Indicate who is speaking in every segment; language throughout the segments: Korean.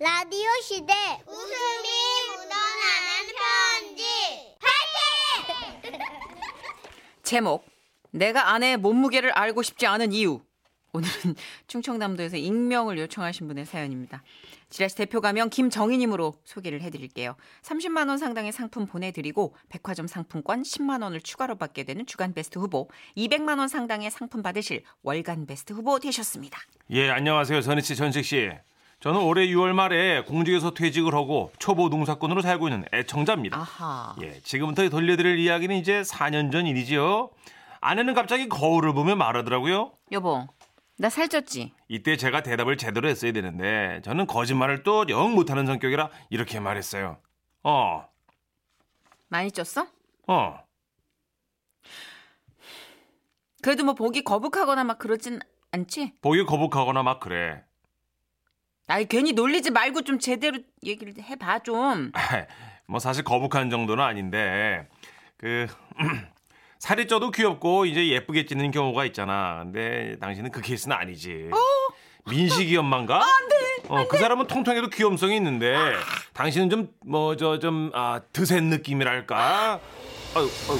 Speaker 1: 라디오 시대 웃음이 묻어나는 편지
Speaker 2: 제목 내가 아내의 몸무게를 알고 싶지 않은 이유 오늘은 충청남도에서 익명을 요청하신 분의 사연입니다. 지라시 대표 가명 김정희님으로 소개를 해드릴게요. 30만 원 상당의 상품 보내드리고 백화점 상품권 10만 원을 추가로 받게 되는 주간 베스트 후보 200만 원 상당의 상품 받으실 월간 베스트 후보 되셨습니다.
Speaker 3: 예, 안녕하세요. 선희 씨, 전식 씨. 저는 올해 6월 말에 공직에서 퇴직을 하고 초보 농사꾼으로 살고 있는 애청자입니다.
Speaker 2: 아하.
Speaker 3: 예, 지금부터 돌려드릴 이야기는 이제 4년 전 일이지요. 아내는 갑자기 거울을 보며 말하더라고요.
Speaker 2: 여보 나 살쪘지?
Speaker 3: 이때 제가 대답을 제대로 했어야 되는데 저는 거짓말을 또 영 못하는 성격이라 이렇게 말했어요. 어,
Speaker 2: 많이 쪘어?
Speaker 3: 어,
Speaker 2: 그래도 뭐 보기 거북하거나 막 그러진 않지?
Speaker 3: 보기 거북하거나 막 그래.
Speaker 2: 아이 괜히 놀리지 말고 좀 제대로 얘기를 해봐 좀.
Speaker 3: 뭐 사실 거북한 정도는 아닌데 그 살이 쪄도 귀엽고 이제 예쁘게 찌는 경우가 있잖아. 근데 당신은 그 케이스는 아니지.
Speaker 2: 어?
Speaker 3: 민식이
Speaker 2: 아,
Speaker 3: 엄마인가? 어, 그 사람은 통통해도 귀염성이 있는데 당신은 좀 뭐 저 좀 아, 드센 느낌이랄까? 아유, 아유.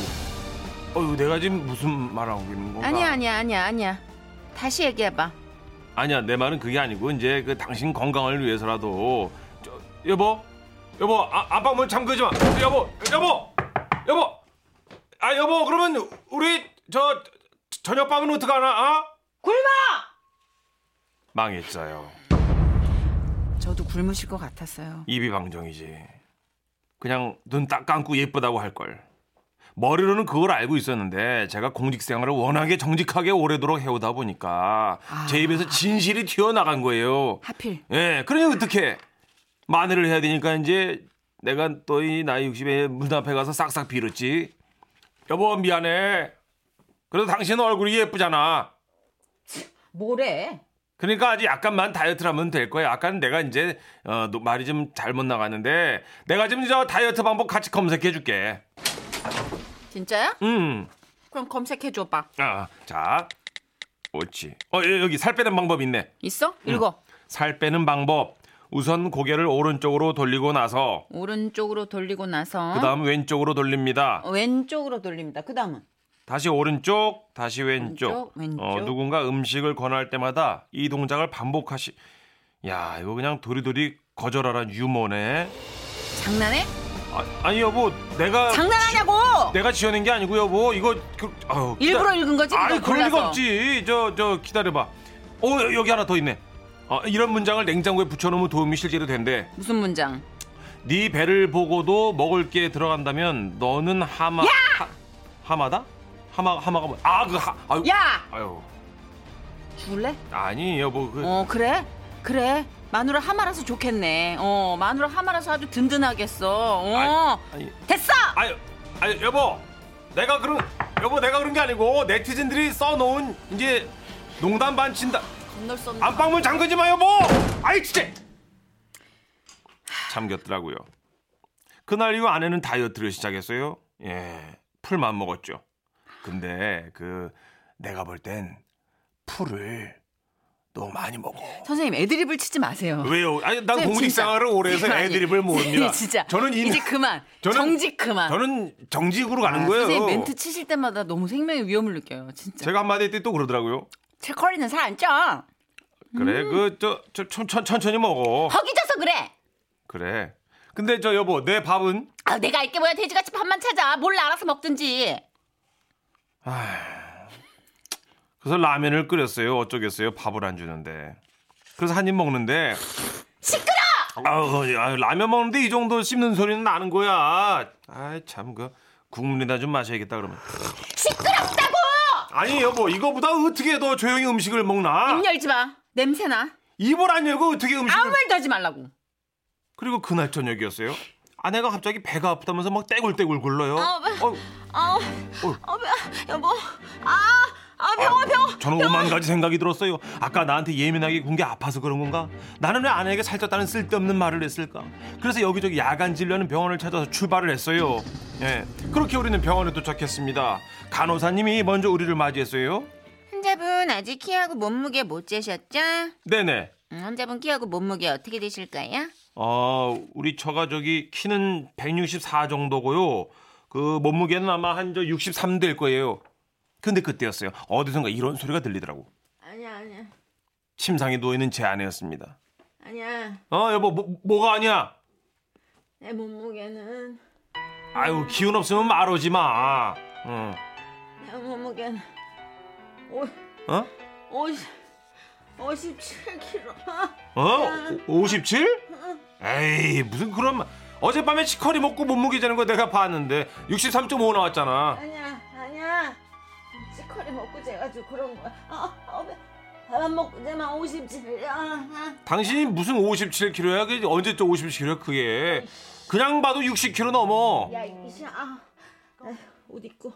Speaker 3: 아유, 내가 지금 무슨 말하고 있는 건가?
Speaker 2: 아니야 아니야 아니야 아니야 다시 얘기해봐
Speaker 3: 아니야 내 말은 그게 아니고 이제 그 당신 건강을 위해서라도 저, 여보 여보 아, 아빠 문 잠그지 마 여보 여보 여보 아 여보 그러면 우리 저 저녁밥은 어떡하나 아
Speaker 2: 굶어
Speaker 3: 망했어요
Speaker 2: 저도 굶으실 것 같았어요
Speaker 3: 입이 방정이지 그냥 눈 딱 감고 예쁘다고 할걸 머리로는 그걸 알고 있었는데 제가 공직 생활을 워낙에 정직하게 오래도록 해오다 보니까
Speaker 2: 아.
Speaker 3: 제 입에서 진실이 튀어나간 거예요
Speaker 2: 하필
Speaker 3: 예, 그러니 어떻게 만회를 해야 되니까 이제 내가 또 이 나이 60에 문 앞에 가서 싹싹 빌었지. 여보 미안해. 그래도 당신 얼굴이 예쁘잖아.
Speaker 2: 뭐래
Speaker 3: 그러니까 아직 약간만 다이어트를 하면 될 거야. 아까는 내가 이제 어, 노- 말이 좀 잘못 나갔는데 내가 지금 저 다이어트 방법 같이 검색해 줄게.
Speaker 2: 진짜야?
Speaker 3: 음.
Speaker 2: 그럼 검색해줘봐
Speaker 3: 아, 자. 옳지. 어, 여- 여기 살 빼는 방법 있네.
Speaker 2: 있어? 읽어
Speaker 3: 살 빼는 방법. 우선 고개를 오른쪽으로 돌리고 나서
Speaker 2: 오른쪽으로 돌리고 나서
Speaker 3: 그다음 왼쪽으로 돌립니다.
Speaker 2: 왼쪽으로 돌립니다 그 다음은
Speaker 3: 다시 오른쪽, 다시 왼쪽.
Speaker 2: 왼쪽, 왼쪽.
Speaker 3: 어, 누군가 음식을 권할 때마다 이 동작을 반복하시. 야, 이거 그냥 도리도리 거절하란 유머네.
Speaker 2: 장난해?
Speaker 3: 아, 아니 여보, 내가
Speaker 2: 장난하냐고
Speaker 3: 내가 지어낸 게 아니고 여보, 이거 그, 아유, 기다-
Speaker 2: 일부러 읽은 거지?
Speaker 3: 아니
Speaker 2: 이거
Speaker 3: 그럴
Speaker 2: 골라서.
Speaker 3: 리가 없지. 저 저 기다려봐. 어 여- 여기 하나 더 있네. 어, 이런 문장을 냉장고에 붙여놓으면 도움이 실제로 된대.
Speaker 2: 무슨 문장?
Speaker 3: 네 배를 보고도 먹을 게 들어간다면 너는 하마. 하, 하마다? 하마 하마가 뭐? 아그 하. 아유.
Speaker 2: 야!
Speaker 3: 아유.
Speaker 2: 죽을래?
Speaker 3: 아니 여보 그
Speaker 2: 어 그래? 그래 마누라 하마라서 좋겠네 어 마누라 하마라서 아주 든든하겠어 어
Speaker 3: 아니
Speaker 2: 됐어!
Speaker 3: 아니 아니 여보 내가 그런 여보 내가 그런 게 아니고 네티즌들이 써놓은 이제 농담 반 진담
Speaker 2: 건널 수 없는
Speaker 3: 안방문 잠그지 마 여보 아이 진짜 잠겼더라고요 그날 이후 아내는 다이어트를 시작했어요 예 풀만 먹었죠 근데 그 내가 볼 땐 풀을 너무 많이 먹어
Speaker 2: 선생님 애드립을 치지 마세요
Speaker 3: 왜요 아니 난
Speaker 2: 선생님,
Speaker 3: 공직
Speaker 2: 네, 진짜.
Speaker 3: 생활을 오래 해서
Speaker 2: 선생님,
Speaker 3: 애드립을 모릅니다
Speaker 2: 선생님, 진짜.
Speaker 3: 저는 인-
Speaker 2: 이제 그만.
Speaker 3: 저는-
Speaker 2: 정직 그만.
Speaker 3: 저는 정직으로 가는
Speaker 2: 아,
Speaker 3: 거예요.
Speaker 2: 선생님 멘트 치실 때마다 너무 생명의 위험을 느껴요. 진짜.
Speaker 3: 제가 어. 한마디 했더니 또 그러더라고요.
Speaker 2: 찰커리는 살 안 쪄.
Speaker 3: 그래,
Speaker 2: 음.
Speaker 3: 그, 저, 저, 천, 천, 천천히 먹어.
Speaker 2: 허기져서 그래.
Speaker 3: 그래. 근데 저 여보, 내 밥은?
Speaker 2: 아, 내가 알게 뭐야 돼지같이 밥만 찾아. 몰라 알아서 먹든지.
Speaker 3: 그래서 라면을 끓였어요. 어쩌겠어요. 밥을 안 주는데. 그래서 한 입 먹는데.
Speaker 2: 시끄러.
Speaker 3: 아우, 아유, 라면 먹는데 이 정도 씹는 소리는 나는 거야. 아이, 참, 그, 국물이나 좀 마셔야겠다, 그러면.
Speaker 2: 시끄럽다고.
Speaker 3: 아니, 여보, 이거보다 어떻게 더 조용히 음식을 먹나?
Speaker 2: 입 열지 마. 냄새 나.
Speaker 3: 입을 안 열고 어떻게
Speaker 2: 아무
Speaker 3: 음식을.
Speaker 2: 말도 하지 말라고.
Speaker 3: 그리고 그날 저녁이었어요. 아내가 갑자기 배가 아프다면서 막 떼굴떼굴 굴러요.
Speaker 1: 아, 왜-
Speaker 3: 어휴,
Speaker 1: 어,
Speaker 3: 어휴.
Speaker 1: 어, 여보 아, 아 병원 병원
Speaker 3: 저는 오만 가지 생각이 들었어요. 아까 나한테 예민하게 군 게 아파서 그런 건가? 나는 왜 아내에게 살쪘다는 쓸데없는 말을 했을까? 그래서 여기저기 야간 진료하는 병원을 찾아서 출발을 했어요. 예, 그렇게 우리는 병원에 도착했습니다. 간호사님이 먼저 우리를 맞이했어요.
Speaker 2: 환자분 아직 키하고 몸무게 못 재셨죠?
Speaker 3: 네네.
Speaker 2: 음, 환자분 키하고 몸무게 어떻게 되실까요?
Speaker 3: 어, 우리 처가 저기 키는 164 정도고요. 그 몸무게는 아마 한 저 63 될 거예요. 근데 그때였어요. 어디선가 이런 소리가 들리더라고.
Speaker 1: 아니야 아니야
Speaker 3: 침상에 누워 있는 제 아내였습니다.
Speaker 1: 아니야
Speaker 3: 어, 여보, 뭐, 뭐가 아니야?
Speaker 1: 내 몸무게는
Speaker 3: 아유, 기운 없으면 말오지 마. 응.
Speaker 1: 내 몸무게는 오,
Speaker 3: 어?
Speaker 1: 50, 57kg
Speaker 3: 어? 오- 57? 에이, 무슨 그런 말. 어젯밤에 치커리 먹고 몸무게 재는 거 내가 봤는데 63.5 나왔잖아.
Speaker 1: 아니야 아니야 치커리 먹고 재가지고 그런 거야 아, 아, 왜? 밥 먹고 재만 57이야 아,
Speaker 3: 당신이 무슨 57kg야? 그게 언제 또 57kg야 그게? 그냥 봐도 60kg 넘어.
Speaker 1: 야 이씨 아, 아휴, 옷 입고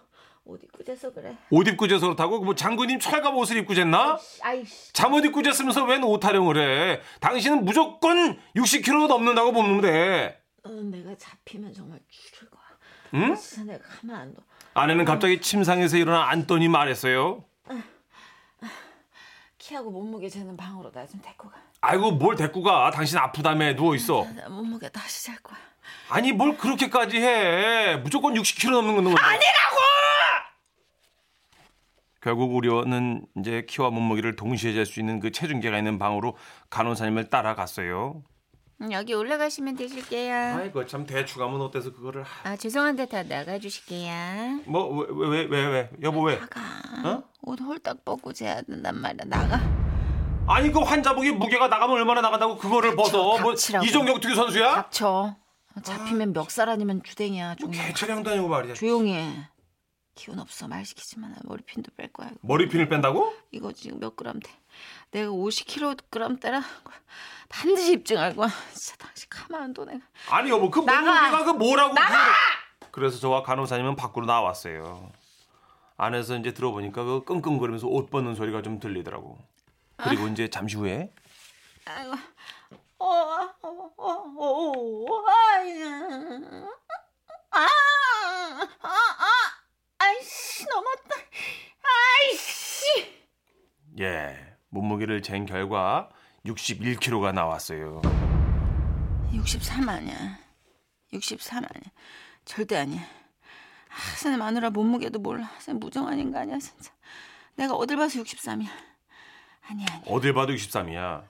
Speaker 1: 옷 입고 재서 그래
Speaker 3: 옷 입고 재서 그렇다고 뭐 장군님 철갑 옷을 입고 쟀나?
Speaker 1: 아이씨
Speaker 3: 잠옷 입고 쟀으면서 웬 오타령을 해? 당신은 무조건 60kg 넘는다고 보면 돼.
Speaker 1: 너는 내가 잡히면 정말 죽일 거야
Speaker 3: 응?
Speaker 1: 진짜 내가 가만 안둬
Speaker 3: 아내는 갑자기 침상에서 일어나 앉더니 말했어요.
Speaker 1: 키하고 몸무게 재는 방으로 나 좀 데리고 가
Speaker 3: 아이고 뭘 데리고 가? 당신 아프다며 누워 있어.
Speaker 1: 나 몸무게 다시 잘 거야
Speaker 3: 아니 뭘 그렇게까지 해? 무조건 60kg 넘는 건데. 아니라고! 결국 우리는 이제 키와 몸무게를 동시에 잴 수 있는 그 체중계가 있는 방으로 간호사님을 따라갔어요.
Speaker 2: 음, 여기 올라가시면 되실게요.
Speaker 3: 아이고 참 대충 하면 어때서 그거를
Speaker 2: 아 죄송한데 다 나가주실게요.
Speaker 3: 뭐 왜 왜 왜 왜 여보 왜?
Speaker 2: 나가.
Speaker 3: 어?
Speaker 2: 옷 홀딱 벗고 재야 된단 말이야. 나가.
Speaker 3: 아니 그 환자복이 무게가 나가면 얼마나 나간다고 그거를 벗어? 뭐
Speaker 2: 아, 닥치라고.
Speaker 3: 이종격 투기 선수야?
Speaker 2: 닥쳐. 잡히면 멱살 아니면 주댕이야.
Speaker 3: 뭐
Speaker 2: 종이.
Speaker 3: 개체량도 아니고 말이야.
Speaker 2: 조용히 해. 기운 없어. 말 시키지 마. 나 머리핀도 뺄 거야. 이거.
Speaker 3: 머리핀을 뺀다고?
Speaker 2: 이거 지금 몇 그램 돼? 내가 50kg 때라 반드시 입증할 거야. 진짜 당신 가만 안 둬. 내가.
Speaker 3: 아니 여보 그
Speaker 2: 나가!
Speaker 3: 몸무게가 그 뭐라고 그거를- 그래서 저와 간호사님은 밖으로 나왔어요 안에서 이제 들어보니까 그 끙끙거리면서 옷 벗는 소리가 좀 들리더라고 그리고 이제 잠시 후에
Speaker 1: 아이고 어, 어어어어 아, 아아아 아이씨 넘었다 아이씨
Speaker 3: 예 몸무게를 잰 결과 61kg가 나왔어요
Speaker 2: 63 아니야. 63 아니야. 절대 아니야. 아, 선생님 마누라 몸무게도 몰라. 선생님 무정한인 거 아니야 진짜. 내가 어딜 봐서 63이야. 아니야 아니야.
Speaker 3: 어딜 봐도 63이야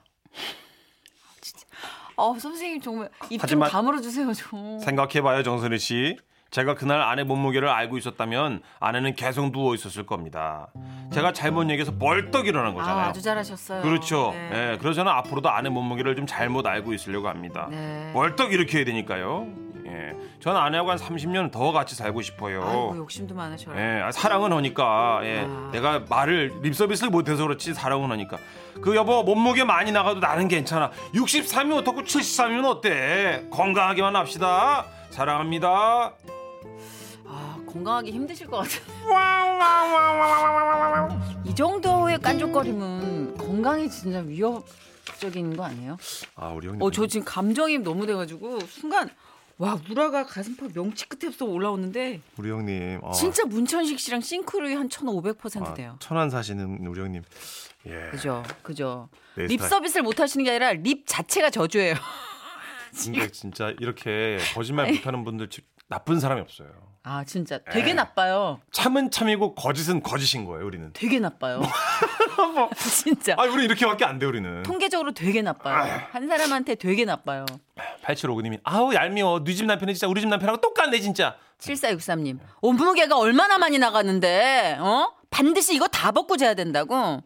Speaker 2: 어 선생님 정말 입 좀
Speaker 3: 하지만-
Speaker 2: 다물어 주세요 좀.
Speaker 3: 생각해봐요 정선희 씨 제가 그날 아내 몸무게를 알고 있었다면 아내는 계속 누워 있었을 겁니다 제가 잘못 얘기해서 벌떡 일어난 거잖아요
Speaker 2: 아, 아주 잘하셨어요.
Speaker 3: 그렇죠.
Speaker 2: 네.
Speaker 3: 예, 그래서 저는 앞으로도 아내 몸무게를 좀 잘못 알고 있으려고 합니다.
Speaker 2: 네.
Speaker 3: 벌떡 일으켜야 되니까요. 예, 저는 아내하고 한 30년 더 같이 살고 싶어요.
Speaker 2: 아이고 욕심도 많으셔라.
Speaker 3: 예, 아, 사랑은 하니까 예,
Speaker 2: 아.
Speaker 3: 내가 말을 립서비스를 못해서 그렇지 사랑은 하니까 그 여보 몸무게 많이 나가도 나는 괜찮아 63이면 어떻고 73이면 어때 건강하게만 합시다 사랑합니다
Speaker 2: 아 건강하기 힘드실 것 같은데.
Speaker 3: 와와와와와와와와
Speaker 2: 이 정도의 깐족거림은 건강에 진짜 위협적인 거 아니에요?
Speaker 3: 아 우리 형님
Speaker 2: 어 저 지금 감정이 너무 돼가지고 순간 와 우라가 가슴팍 명치 끝에서 올라오는데
Speaker 3: 우리 형님 어.
Speaker 2: 진짜 문천식 씨랑 싱크로율 한1500%
Speaker 3: 아,
Speaker 2: 돼요.
Speaker 3: 천안 사시는 우리 형님. 예.
Speaker 2: 그죠, 그죠.
Speaker 3: 네,
Speaker 2: 립
Speaker 3: 스타일.
Speaker 2: 서비스를 못 하시는 게 아니라 립 자체가 저주예요.
Speaker 3: 근데 진짜 이렇게
Speaker 2: 네.
Speaker 3: 거짓말 못하는 분들 지- 나쁜 사람이 없어요.
Speaker 2: 아 진짜 되게
Speaker 3: 에이.
Speaker 2: 나빠요.
Speaker 3: 참은 참이고 거짓은 거짓인 거예요. 우리는.
Speaker 2: 되게 나빠요. 진짜
Speaker 3: 아, 우리 이렇게밖에 안 돼. 우리는.
Speaker 2: 통계적으로 되게 나빠요. 한 사람한테 되게 나빠요.
Speaker 3: 8759님이 아우 얄미워. 네 집 남편은 진짜 우리 집 남편하고 똑같네 진짜.
Speaker 2: 7463님. 온무게가 얼마나 많이 나가는데, 어? 반드시 이거 다 벗고 재야 된다고?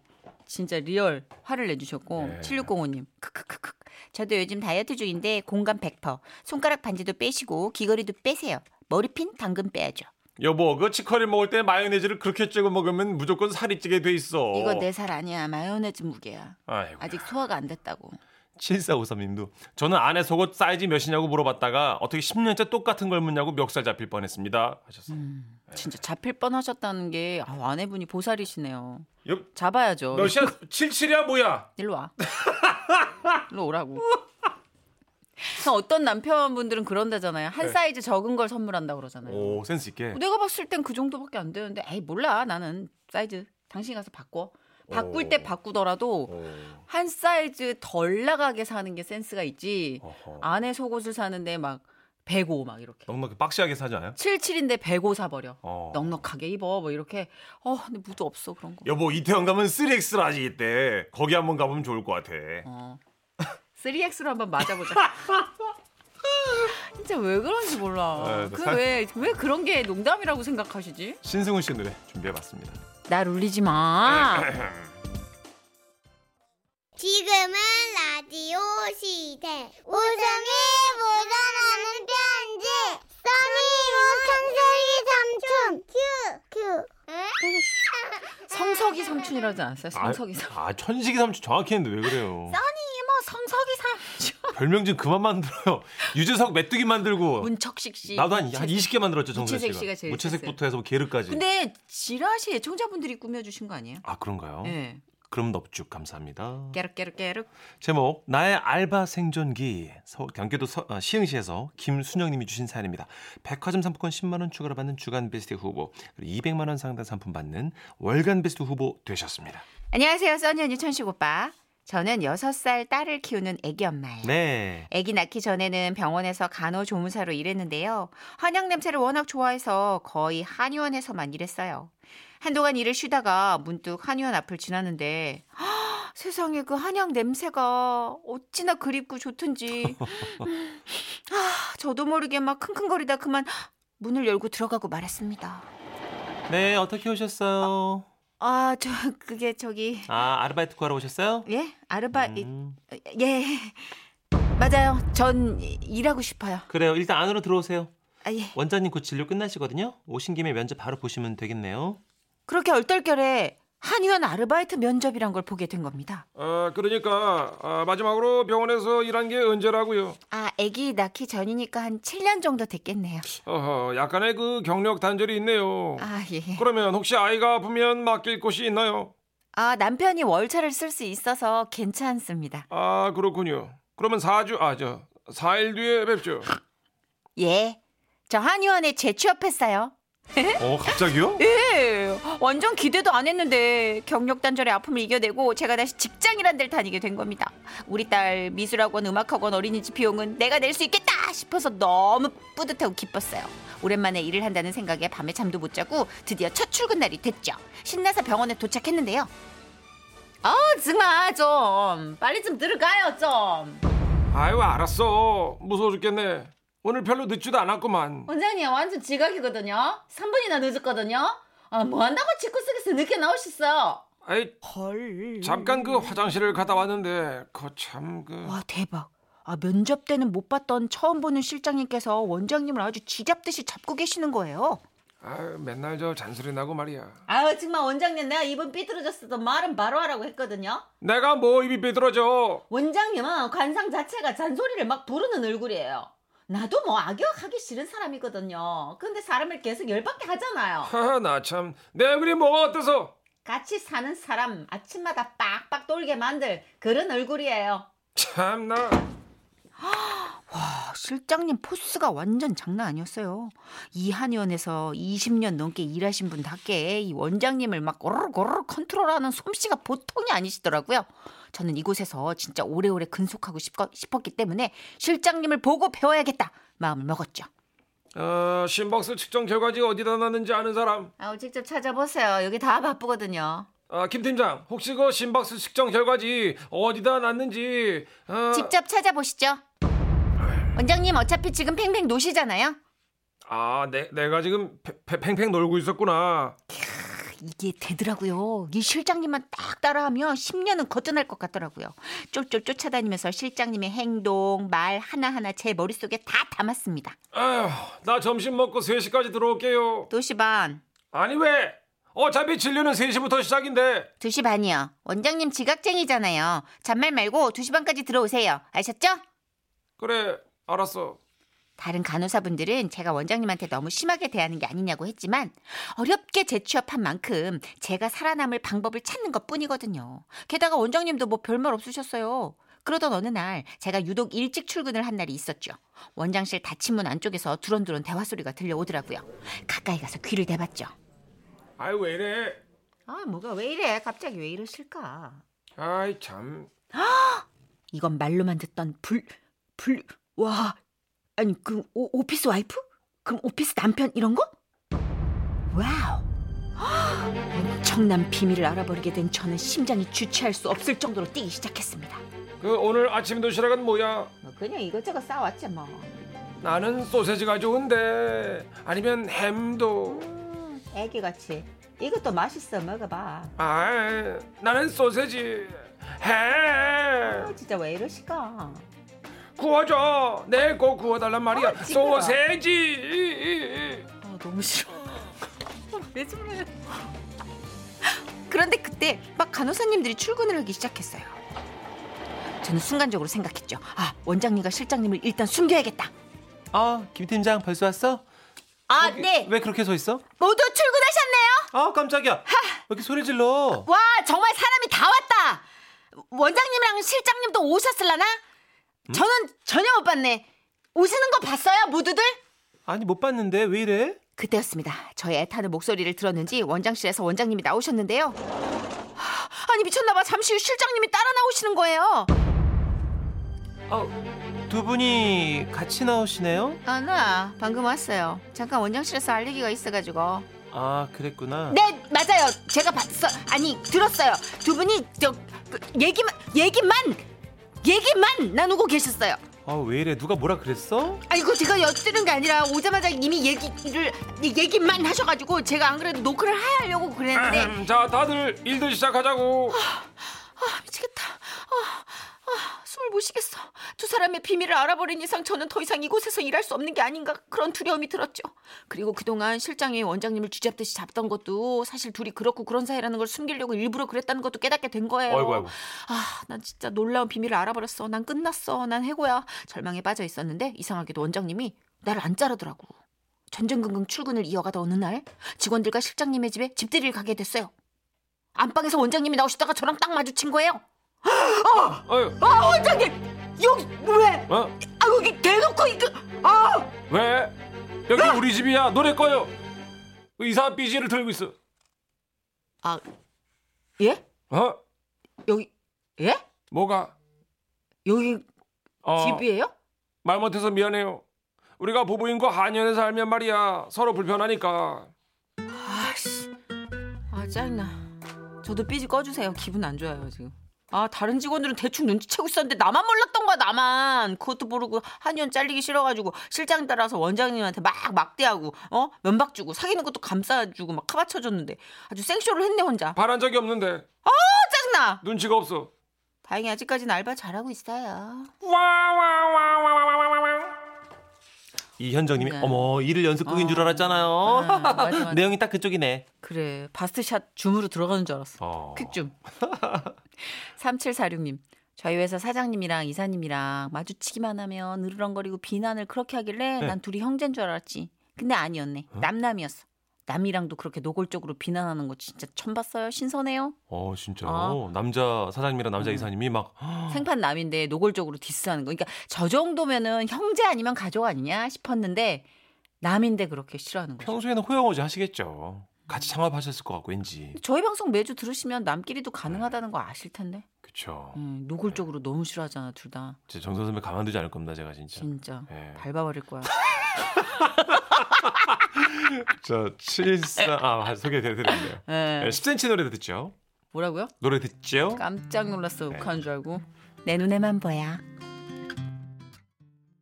Speaker 2: 진짜 리얼 화를 내주셨고,
Speaker 3: 네.
Speaker 2: 7605님. 크크크크. 저도 요즘 다이어트 중인데 공감 100%. 손가락 반지도 빼시고, 귀걸이도 빼세요. 머리핀 당근 빼야죠.
Speaker 3: 여보, 그 치커리 먹을 때 마요네즈를 그렇게 찍어 먹으면 무조건 살이 찌게 돼 있어.
Speaker 2: 이거 내 살 아니야. 마요네즈 무게야.
Speaker 3: 아이고.
Speaker 2: 아직 소화가 안 됐다고.
Speaker 3: 7453님도 저는 아내 속옷 사이즈 몇이냐고 물어봤다가 어떻게 10년째 똑같은 걸 묻냐고 멱살 잡힐 뻔했습니다. 하셨어요.
Speaker 2: 음. 진짜 잡힐 뻔 하셨다는 게, 아, 아내분이 보살이시네요.
Speaker 3: 옆-
Speaker 2: 잡아야죠.
Speaker 3: 너 시야 77이야 뭐야?
Speaker 2: 일로 와. 일로 오라고. 그래서 어떤 남편분들은 그런다잖아요. 한
Speaker 3: 네.
Speaker 2: 사이즈 적은 걸 선물한다고 그러잖아요.
Speaker 3: 오 센스 있게.
Speaker 2: 내가 봤을 땐 그 정도밖에 안 되는데, 에이, 몰라. 나는 사이즈. 당신이 가서 바꿔. 바꿀 때 바꾸더라도
Speaker 3: 어.
Speaker 2: 한 사이즈 덜 나가게 사는 게 센스가 있지.
Speaker 3: 어허.
Speaker 2: 안에 속옷을 사는데 막 105, 막 이렇게.
Speaker 3: 넉넉히 빡시하게 사지 않아요?
Speaker 2: 77인데 105 사버려.
Speaker 3: 어.
Speaker 2: 넉넉하게 입어. 뭐 이렇게. 어, 근데 무드 없어, 그런 거.
Speaker 3: 여보 이태원 가면 3X라지 이때 거기 한번 가보면 좋을 것 같아.
Speaker 2: 어. 3X로 한번 맞아보자. 진짜 왜 그런지 몰라.
Speaker 3: 아, 그 사-
Speaker 2: 그 왜 왜 그런 게 농담이라고 생각하시지?
Speaker 3: 신승훈 씨 노래 준비해봤습니다.
Speaker 2: 날 울리지 마.
Speaker 4: 지금은 라디오 시대. 웃음이 묻어나는 편지. 써니 우천세기 삼촌. 큐. 큐.
Speaker 2: 성석이 삼촌이라지 않았어요? 성석이 삼.
Speaker 3: 아, 아 천식이 삼촌 정확히 했는데 왜 그래요?
Speaker 2: 써니 뭐 성석이 삼촌.
Speaker 3: 별명 좀 그만 만들어요. 유재석 메뚜기 만들고
Speaker 2: 문척식 씨.
Speaker 3: 어. 나도 한, 한 20개 만들었죠 정선
Speaker 2: 무채색
Speaker 3: 씨가.
Speaker 2: 씨가 제일
Speaker 3: 무채색부터 해서 뭐 게르까지.
Speaker 2: 근데 지라시 애청자분들이 꾸며주신 거 아니에요?
Speaker 3: 아 그런가요?
Speaker 2: 예.
Speaker 3: 그럼 넙죽 감사합니다.
Speaker 2: 깨륵깨륵깨륵.
Speaker 3: 제목 나의 알바 생존기 서울 경기도 서, 아, 시흥시에서 김순영님이 주신 사연입니다. 백화점 상품권 10만 원 추가로 받는 주간 베스트 후보 그리고 200만 원 상당 상품 받는 월간 베스트 후보 되셨습니다.
Speaker 2: 안녕하세요, 써니 언니 천식 오빠. 저는 6살 딸을 키우는 애기 엄마예요.
Speaker 3: 네.
Speaker 2: 아기 낳기 전에는 병원에서 간호조무사로 일했는데요. 한약 냄새를 워낙 좋아해서 거의 한의원에서만 일했어요. 한동안 일을 쉬다가 문득 한의원 앞을 지나는데 헉, 세상에 그 한약 냄새가 어찌나 그립고 좋든지 음, 아, 저도 모르게 막 킁킁거리다 그만 문을 열고 들어가고 말았습니다.
Speaker 3: 네 어떻게 오셨어요?
Speaker 2: 아, 저 그게 저기
Speaker 3: 아 아르바이트 구하러 오셨어요?
Speaker 2: 예? 아르바
Speaker 3: 음,
Speaker 2: 예. 맞아요. 전 일하고 싶어요.
Speaker 3: 그래요 일단 안으로 들어오세요.
Speaker 2: 아 예.
Speaker 3: 원장님 곧 진료 끝나시거든요. 오신 김에 면접 바로 보시면 되겠네요.
Speaker 2: 그렇게 얼떨결에 한의원 아르바이트 면접이란 걸 보게 된 겁니다.
Speaker 5: 아, 그러니까 아, 마지막으로 병원에서 일한 게 언제라고요?
Speaker 2: 아, 아기 낳기 전이니까 한 7년 정도 됐겠네요.
Speaker 5: 어허, 약간의 그 경력 단절이 있네요.
Speaker 2: 아, 예.
Speaker 5: 그러면 혹시 아이가 아프면 맡길 곳이 있나요?
Speaker 2: 아, 남편이 월차를 쓸 수 있어서 괜찮습니다.
Speaker 5: 아, 그렇군요. 그러면 4주 아, 저 4일 뒤에 뵙죠.
Speaker 2: 예. 저 한의원에 재취업했어요.
Speaker 3: 어 갑자기요?
Speaker 2: 예. 완전 기대도 안 했는데 경력 단절의 아픔을 이겨내고 제가 다시 직장이란 데를 다니게 된 겁니다. 우리 딸 미술학원, 음악학원, 어린이집 비용은 내가 낼 수 있겠다 싶어서 너무 뿌듯하고 기뻤어요. 오랜만에 일을 한다는 생각에 밤에 잠도 못 자고 드디어 첫 출근 날이 됐죠. 신나서 병원에 도착했는데요. 아 정말 좀 빨리 좀 들어가요 좀.
Speaker 5: 아유, 알았어. 무서워 죽겠네. 오늘 별로 늦지도 않았구만.
Speaker 2: 원장님 완전 지각이거든요. 3분이나 늦었거든요. 아 뭐 한다고 직구 쓰겠어 늦게 나오셨어요.
Speaker 5: 아이,
Speaker 2: 헐.
Speaker 5: 잠깐 그 화장실을 갔다 왔는데 그참그
Speaker 2: 와 대박. 아 면접 때는 못 봤던 처음 보는 실장님께서 원장님을 아주 쥐잡듯이 잡고 계시는 거예요.
Speaker 5: 아유, 맨날 저 잔소리 나고 말이야.
Speaker 1: 아유 정말 원장님 내가 입은 삐뚤어졌어도 말은 바로 하라고 했거든요.
Speaker 5: 내가 뭐 입이 비뚤어져.
Speaker 1: 원장님은 관상 자체가 잔소리를 막 부르는 얼굴이에요. 나도 뭐 악역하기 싫은 사람이거든요. 근데 사람을 계속 열받게 하잖아요.
Speaker 5: 하하, 나 참. 내 얼굴이 뭐가 어때서?
Speaker 1: 같이 사는 사람 아침마다 빡빡 돌게 만들 그런 얼굴이에요.
Speaker 5: 참나.
Speaker 2: 아, 실장님 포스가 완전 장난 아니었어요. 이 한의원에서 20년 넘게 일하신 분답게 이 원장님을 막 오르르 컨트롤하는 솜씨가 보통이 아니시더라고요. 저는 이곳에서 진짜 오래오래 근속하고 싶거- 싶었기 때문에 실장님을 보고 배워야겠다 마음을 먹었죠.
Speaker 5: 어, 심박수 측정 결과지 어디다 놨는지 아는 사람?
Speaker 2: 아우 직접 찾아보세요. 여기 다 바쁘거든요.
Speaker 5: 아, 김 팀장, 혹시 그 심박수 측정 결과지 어디다 놨는지? 아,
Speaker 2: 직접 찾아보시죠. 원장님 어차피 지금 팽팽 노시잖아요.
Speaker 5: 아, 내, 내가 지금 패- 패- 팽팽 놀고 있었구나.
Speaker 2: 이게 되더라고요. 이 실장님만 딱 따라하면 10년은 거뜬할 것 같더라고요. 쫄쫄 쫓아다니면서 실장님의 행동, 말 하나하나 제 머릿속에 다 담았습니다.
Speaker 5: 아휴, 나 점심 먹고 3시까지 들어올게요.
Speaker 2: 2시 반,
Speaker 5: 아니 왜? 어차피 진료는 3시부터 시작인데.
Speaker 2: 2시 반이요. 원장님 지각쟁이잖아요. 잔말 말고 2시 반까지 들어오세요. 아셨죠?
Speaker 5: 그래, 알았어.
Speaker 2: 다른 간호사분들은 제가 원장님한테 너무 심하게 대하는 게 아니냐고 했지만 어렵게 재취업한 만큼 제가 살아남을 방법을 찾는 것 뿐이거든요. 게다가 원장님도 뭐 별말 없으셨어요. 그러던 어느 날 제가 유독 일찍 출근을 한 날이 있었죠. 원장실 닫힌 문 안쪽에서 두런두런 대화 소리가 들려오더라고요. 가까이 가서 귀를 대봤죠.
Speaker 5: 아유, 왜 이래?
Speaker 1: 아, 뭐가 왜 이래? 갑자기 왜 이러실까?
Speaker 5: 아이 참.
Speaker 1: 이건 말로만 듣던 불, 불, 와. 아니, 그 오, 오피스 와이프? 그럼 오피스 남편 이런 거? 와우. 엄청난 비밀을 알아버리게 된 저는 심장이 주체할 수 없을 정도로 뛰기 시작했습니다.
Speaker 5: 그 오늘 아침 도시락은 뭐야?
Speaker 1: 뭐 그냥 이것저것 싸왔지 뭐.
Speaker 5: 나는 소세지가 좋은데 아니면 햄도.
Speaker 1: 애기같이. 이것도 맛있어 먹어봐.
Speaker 5: 아 나는 소세지. 햄
Speaker 1: 아, 진짜 왜 이러실까?
Speaker 5: 구워줘. 내 거 구워달란 말이야.
Speaker 2: 어,
Speaker 1: 아, 진짜.
Speaker 5: 소세지.
Speaker 2: 아, 너무 싫어. 왜 저래? 그런데 그때 막 간호사님들이 출근을 하기 시작했어요. 저는 순간적으로 생각했죠. 아, 원장님과 실장님을 일단 숨겨야겠다.
Speaker 3: 아, 김 팀장 벌써 왔어?
Speaker 2: 아,
Speaker 3: 여기
Speaker 2: 네.
Speaker 3: 왜 그렇게 서 있어?
Speaker 2: 모두 출근하셨네요.
Speaker 3: 아, 깜짝이야. 왜 이렇게 소리 질러?
Speaker 2: 와, 정말 사람이 다 왔다. 원장님이랑 실장님도 오셨을라나? 저는 전혀 못 봤네. 오시는 거 봤어요, 모두들?
Speaker 3: 아니, 못 봤는데 왜 이래?
Speaker 2: 그때였습니다. 저의 애타는 목소리를 들었는지 원장실에서 원장님이 나오셨는데요. 하, 아니 미쳤나봐. 잠시 후 실장님이 따라 나오시는 거예요.
Speaker 3: 두 분이 같이 나오시네요?
Speaker 2: 아, 나 방금 왔어요. 잠깐 원장실에서 할 얘기가 있어가지고.
Speaker 3: 아, 그랬구나.
Speaker 2: 네, 맞아요. 제가 봤어. 아니 들었어요. 두 분이 저 그, 얘기만 얘기만 얘기만 나누고 계셨어요.
Speaker 3: 아, 왜 이래? 누가 뭐라 그랬어?
Speaker 2: 아이고 제가 엿들은 게 아니라 오자마자 이미 얘기를 얘기만 하셔가지고 제가 안 그래도 노크를 하려고 그랬는데.
Speaker 5: 음, 자 다들 일들 시작하자고.
Speaker 2: 아 미치겠다. 아, 아, 숨을 못 쉬겠어. 두 사람의 비밀을 알아버린 이상 저는 더 이상 이곳에서 일할 수 없는 게 아닌가 그런 두려움이 들었죠. 그리고 그동안 실장이 원장님을 쥐잡듯이 잡던 것도 사실 둘이 그렇고 그런 사이라는 걸 숨기려고 일부러 그랬다는 것도 깨닫게 된 거예요.
Speaker 5: 아이고, 아이고.
Speaker 2: 아, 난 진짜 놀라운 비밀을 알아버렸어. 난 끝났어. 난 해고야. 절망에 빠져 있었는데 이상하게도 원장님이 나를 안 자르더라고. 전전긍긍 출근을 이어가다 어느 날 직원들과 실장님의 집에 집들이를 가게 됐어요. 안방에서 원장님이 나오시다가 저랑 딱 마주친 거예요.
Speaker 5: 어휴.
Speaker 2: 아 원장님 여기 왜?
Speaker 5: 어?
Speaker 2: 아 여기 대놓고 이거 아
Speaker 5: 왜? 여기 우리 집이야. 노래 꺼요. 그 이상한 BG를 틀고 있어.
Speaker 2: 아, 예?
Speaker 5: 어?
Speaker 2: 여기 예?
Speaker 5: 뭐가?
Speaker 2: 여기
Speaker 5: 어,
Speaker 2: 집이에요?
Speaker 5: 말 못해서 미안해요. 우리가 부부인 거 한연에 살면 말이야 서로 불편하니까.
Speaker 2: 아씨 아 짜증나. 저도 삐지 꺼주세요. 기분 안 좋아요 지금. 아 다른 직원들은 대충 눈치채고 있었는데 나만 몰랐던 거야 나만 그것도 모르고 한의원 잘리기 싫어가지고 실장 따라서 원장님한테 막 막대하고 어 면박 주고 사귀는 것도 감싸주고 막 카바쳐줬는데 아주 생쇼를 했네 혼자 아
Speaker 5: 바란 적이 없는데
Speaker 2: 짜증나
Speaker 5: 눈치가 없어.
Speaker 2: 다행히 아직까지는 알바 잘하고 있어요
Speaker 5: 와와와와와와와.
Speaker 3: 이현정님이
Speaker 2: 네.
Speaker 3: 어머 일을 연습극인 줄 알았잖아요.
Speaker 2: 아, 맞아, 맞아.
Speaker 3: 내용이 딱 그쪽이네.
Speaker 2: 그래 바스트샷 줌으로 들어가는 줄 알았어
Speaker 3: 어.
Speaker 2: 퀵줌 3746님 저희 회사 사장님이랑 이사님이랑 마주치기만 하면 으르렁거리고 비난을 그렇게 하길래 난 둘이 형제인 줄 알았지 근데 아니었네 남남이었어 남이랑도 그렇게 노골적으로 비난하는 거 진짜 처음 봤어요 신선해요
Speaker 3: 어 진짜요.
Speaker 2: 아. 음.
Speaker 3: 남자 사장님이랑 남자 이사님이 막
Speaker 2: 생판 남인데 노골적으로 디스하는 거 그러니까 저 정도면은 형제 아니면 가족 아니냐 싶었는데 남인데 그렇게 싫어하는 거죠
Speaker 3: 평소에는 호영호지 하시겠죠. 같이 창업하셨을 것 같고 왠지.
Speaker 2: 저희 방송 매주 들으시면 남끼리도 가능하다는 거 아실 텐데
Speaker 3: 그쵸.
Speaker 2: 음, 노골적으로 너무 싫어하잖아 둘 다.
Speaker 3: 진짜 정선 선배 가만두지 않을 겁니다 제가 진짜.
Speaker 2: 진짜
Speaker 3: 예.
Speaker 2: 밟아버릴 거야.
Speaker 3: 저 칠사 아 소개해드렸네요.
Speaker 2: 예.
Speaker 3: 10cm 노래 듣죠.
Speaker 2: 뭐라고요?
Speaker 3: 노래 듣죠.
Speaker 2: 깜짝 놀랐어
Speaker 3: 네.
Speaker 2: 욱한 줄 알고. 내 눈에만 보야.